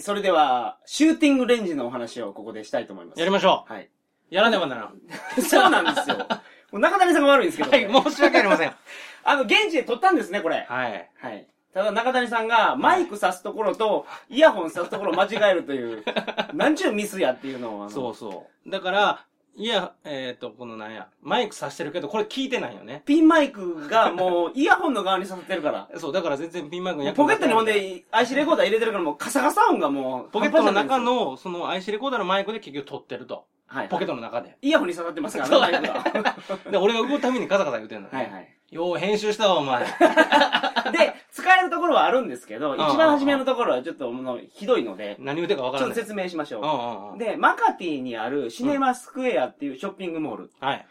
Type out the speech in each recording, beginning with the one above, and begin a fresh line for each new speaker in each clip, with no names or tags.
それでは、シューティングレンジのお話をここでしたいと思います。
やりましょ
はい。
う。やらねばならん。
そうなん ですよ。もう中谷さんが悪いんですけど、
はい、申し訳ありません。
あの、現地で撮ったんですね、これ。
はい。
はい。ただ中谷さんがマイク挿すところと、イヤホン挿すところを間違えるという、 なんちゅうミスやっていうのをあの。
そうそう。だから、いや、えっ、と、このなんや、マイクさしてるけど、これ聞いてないよね。
ピンマイクがもう、イヤホンの側に刺さってるから。
そう、だから全然ピンマイクに役
ポ
立
ケ
た
ットにほん、で IC レコーダー入れてるからもうカサカサ音がもう、
ポケットの中
半端じ
の、その IC レコーダーのマイクで結局撮ってると。
ゃないですよ、
ポ
は
ケットの中で。
い。イヤホンに刺さってますからね、マイク が。
で、俺が動くたびにカサカサ言うてんの。
はいはい。
よう編集したわ、お前。
で、使えるところはあるんですけど、
ん
一番初めのところはちょっともうひどいので、
何言うてるかわか
ちょ
ら
っ
ない。
と説明しまし
う
ょ
ん
う。
うんうん。
で、マカティにあるシネマスクエアっていうショッピングモール。
はい。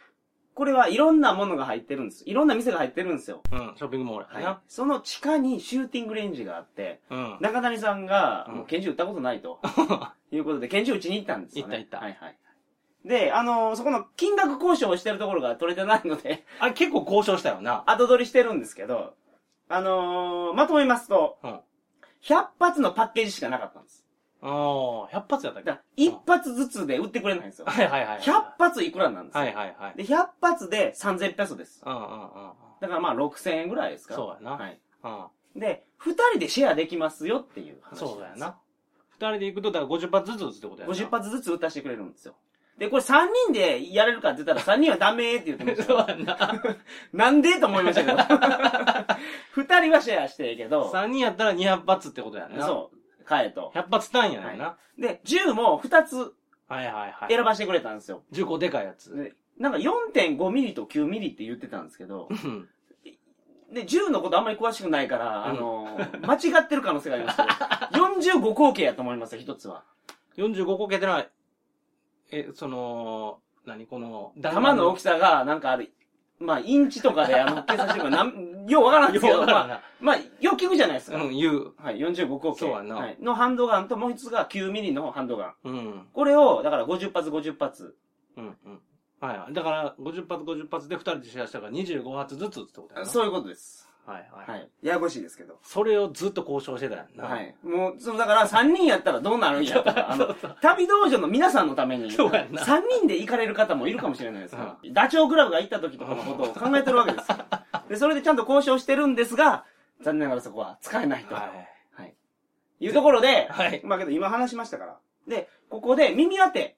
これはいろんなものが入ってるんです。いろんな店が入ってるんですよ。
うん、ショッピングモール。
はい。その地下にシューティングレンジがあって、
うん。
中谷さんが、
うん
もう拳銃撃ったことない と。いうことで、拳銃撃ちに行ったんですよ、ね。
行った行った
はいはい。で、あのーそこの金額交渉をしてるところが取れてないので、
あれ結構交渉したよな。
後取りしてるんですけど、あのーまとめますと、
うん。
100発のパッケージしかなかったんです。
ああ、100発やったっ
だ
け
から、1発ずつで売ってくれないんですよ。
はいはいはい。
100発いくらなんですよ。
はいはいはい。
で、100発で3000ペソです。
うんうんうんうん。
だからまあ6000円ぐらいですか
そうやな。
はい。
うん。
で、二人でシェアできますよっていう話。
そうだよな。。二人で行くと、だから50発ずつ打つってことやな。
50発ずつ打たしてくれるんですよ。で、これ3人でやれるかって言ったら3人はダメって言ってました
そ
よ。
うやな。
なんでと思いま したけど。2人はシェアしてるけど、
3人やったら200発ってことやな。
そう、買えと。
100発単位やねんな。
で、銃も2つ
はいはいはい。
選ばしてくれたんですよ。
銃口でかいやつ。
でなんか4.5ミリと9ミリって言ってたんですけど
う、ん。
で、銃のことあんまり詳しくないから、あ
うん
の、間違ってる可能性があ りますけど、45口径やと思いますよ、一つは。
45個けてない。え、その、何この、
玉の大きさが、なんかある、まあ、インチとかで、あの、計算してるから、なん、ようわからんですけ
よ
ど、
うわ
ま
からん
あ、
な。
まあ、よく聞くじゃないですか。
うん、言う。
はい、45口径。
そうやな
はい、のハンドガンと、もう一つが9ミリのハンドガン。
うん。
これを、だから50発、50発。
うん、うん。はいはい。だから、50発、50発で2人でシェアしたから25発ずつってことやな。
そういうことです。
う。はいはい。
はい。ややこしいですけど。
それをずっと交渉してたやんな。
は。い。もう、その、だから、3人やったらどうなるんやとか、あの、旅道場の皆さんのために、
そうやんな
3人で行かれる方もいるかもしれないですから、ダチョウ倶楽部が行った時とかのことを考えてるわけです よ。で、それでちゃんと交渉してるんですが、残念ながらそこは使えないと。
はい。
いうところで、
はい
まあけど今話しましたから。で、ここで耳当て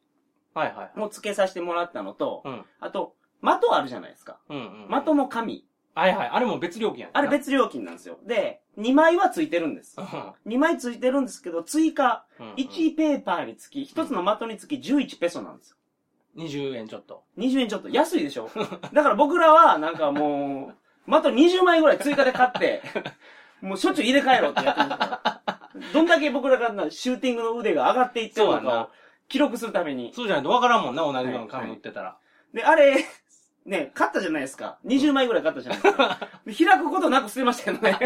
はいはい。
もつけさせてもらったのと、
うん。
あと、的あるじゃないですか。
うん、うん。
的も紙。
はいはい。あれも別料金やんな
あれ。別料金なんですよ。で、2枚はついてるんです
う。ん。
2枚ついてるんですけど、追加、
うん うん
1ペーパーにつき、1つの的につき11ペソなんですよ。
20円ちょっと。
20円ちょっと安いでしょだから僕らは、なんかもう、的20枚ぐらい追加で買って、もうしょっちゅう入れ替えろってやってますから。どんだけ僕らがなシューティングの腕が上がっていってるの
そうや
かを
な
記録するために。
そうじゃないと分からんもんな、同じような紙売ってたら。
で、あれ、ね、買ったじゃないですか。20枚ぐらい買ったじゃないですか。で開くことなく捨てましたけどね。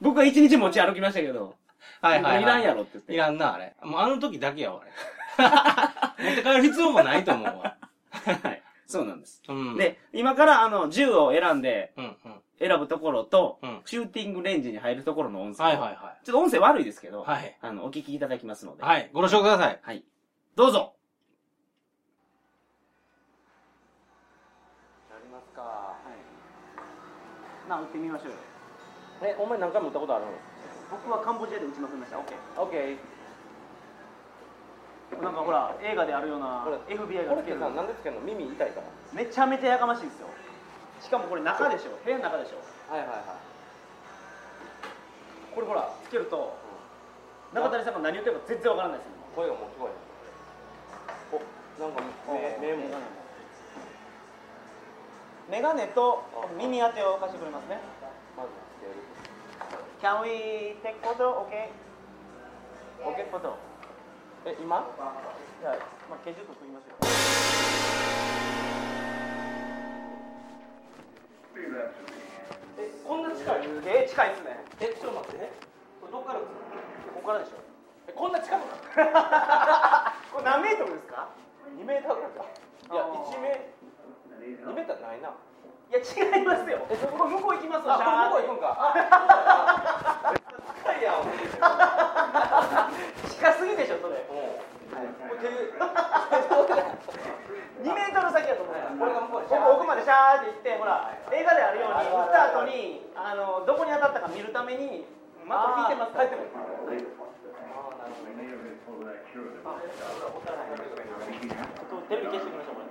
僕は1日持ち歩きましたけど。
はいはいはい。
いらんやろって言って
いらんな、あれ。もうあの時だけやわ、あ れ。持って帰る必要もないと思うわ。
はい。そうなんです。
うん。、
で、今からあの、銃を選んで、
うんうん。
選ぶところと、
うん
シューティングレンジに入るところの音声。
はいはいは
ちょっと音声悪いですけど、
い。はい。
あの、お聞きいただきますので。
はい。ご了承ください。
はい。どうぞ
ありますか。
はい。まあ、打ってみましょうよ。
え、お前何回も打ったことあるの
僕はカンボジアで打ちまくりました。オッケー。
オッケー。
なんかほら、映画であるような
これ
FBI がつけるの
でつけるの耳痛いか
めちゃめちゃやかましいですよ。しかもこれ中でしょ。部屋の中でしょ。
ら。はいはいは
これほら、つけると、中谷さんが何言ってるか全然わからないですよ。
い。声がもう聞こえへん。お、なんか目、目も。
メガネと耳当てを貸してくれますね。
まずつける。
Can we take photo? Okay. Okay photo.
え、今
じゃあ、まあ、ケジュと食いましょう。え、こんな近い？えー、近いですね。
え、ちょっと待ってね。
これどっからですか？ここからでしょ。
えこんな近くなの
これ何メートルですか？
2メーターぐらいかいや
あー
1メ2メーターないない
や違いますよ。え、ここ向こう行きますわ。
あこれ向こう行くんかあ近いやん
シャーって言ってほら映画であるように打った後にあのどこに当たったか見るためにマット引いてます書いてますちょっとテレビ消してみましょうこれ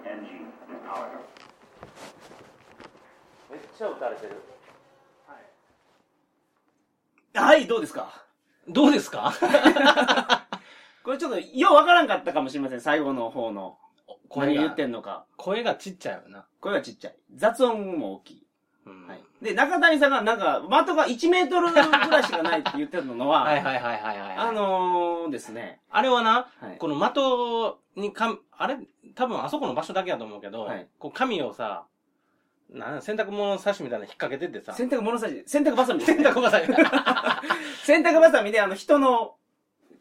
めっちゃ打たれてる。
はいどうですか
どうですか
これちょっとようわからんかったかもしれません最後の方の何
声
言っ
が、
てんのか
声がちっちゃいよな。
声がちっちゃい雑音も大きい
うん
はい、で中谷さんがなんか的が1メートルぐらいしかないって言ってたの は、
はいはいはいはいはい。
あ
あの、
のー、ですね、
あれはな、
はい、
この的にかん、あれ、多分あそこの場所だけやと思うけど、
はい
こう紙をさ、なん洗濯物の差しみたいなの引っ掛けててさ、
洗濯物差し洗濯バサミです
洗
ね、
濯物差しみたい な。
洗濯バサミであの人の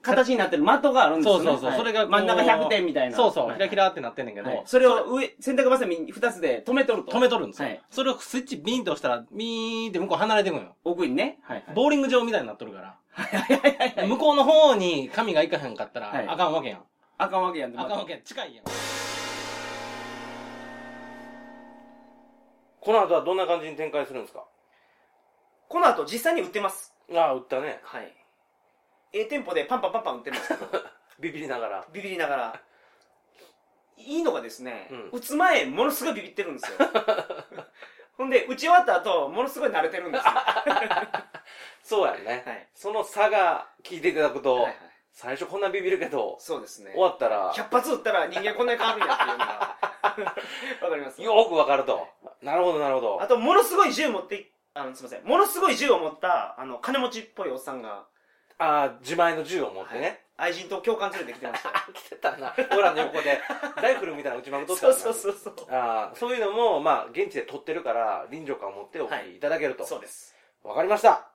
形になってる的があるんですよ、ね、
そうそうそう
はい
それがこう
真ん中100点みたいな
そうそう、
はい
ひらひらってなってんねんけど、
はいそれを上洗濯バサミ2つで止めとると
止めとるんですよ、
はい
それをスイッチビーンと押したら、ビーンって向こう離れてくんよ。
奥にね、はいはい、
ボーリング場みたいになっとるから。向こうの方に神が行かへんかったら、
はい
あかんわけやん。
あかんわけやん
あかんわけやん。近いやん。この後はどんな感じに展開するんですか
この後実際に売ってます
ああ、売ったね。
はい A 店舗でパンパンパンパン売って ますけど
ビビりながら。
ビビりながら。いいのがですね、
う
打つ前、ものすごいビビってるん ですよ。ほんで、打ち終わった後、ものすごい慣れてるん ですよ。
そうやね。
はい
その差が聞いていただくと、
はいはい
最初こんなビビるけど、
そうですね
終。わったら、
100発打ったら人間こんなに変わるんやっていうの が、わかります。
よくわかると。なるほど、なるほど
あ。と、ものすごい銃持って、あの、すいません。ものすごい銃を持った、あの、金持ちっぽいおっさんが、
ああ、自前の銃を持ってね。
愛人と教官連れてきてましたよ。
来てたな。ほらの横で、ライフルみたいなの撃ちまくっとった
そ
な
うそうそうそう。
ああ、そういうのも、まあ、現地で撮ってるから、臨場感を持ってお
は
聞
い
きいただけると。
そうです。
わ、かりました。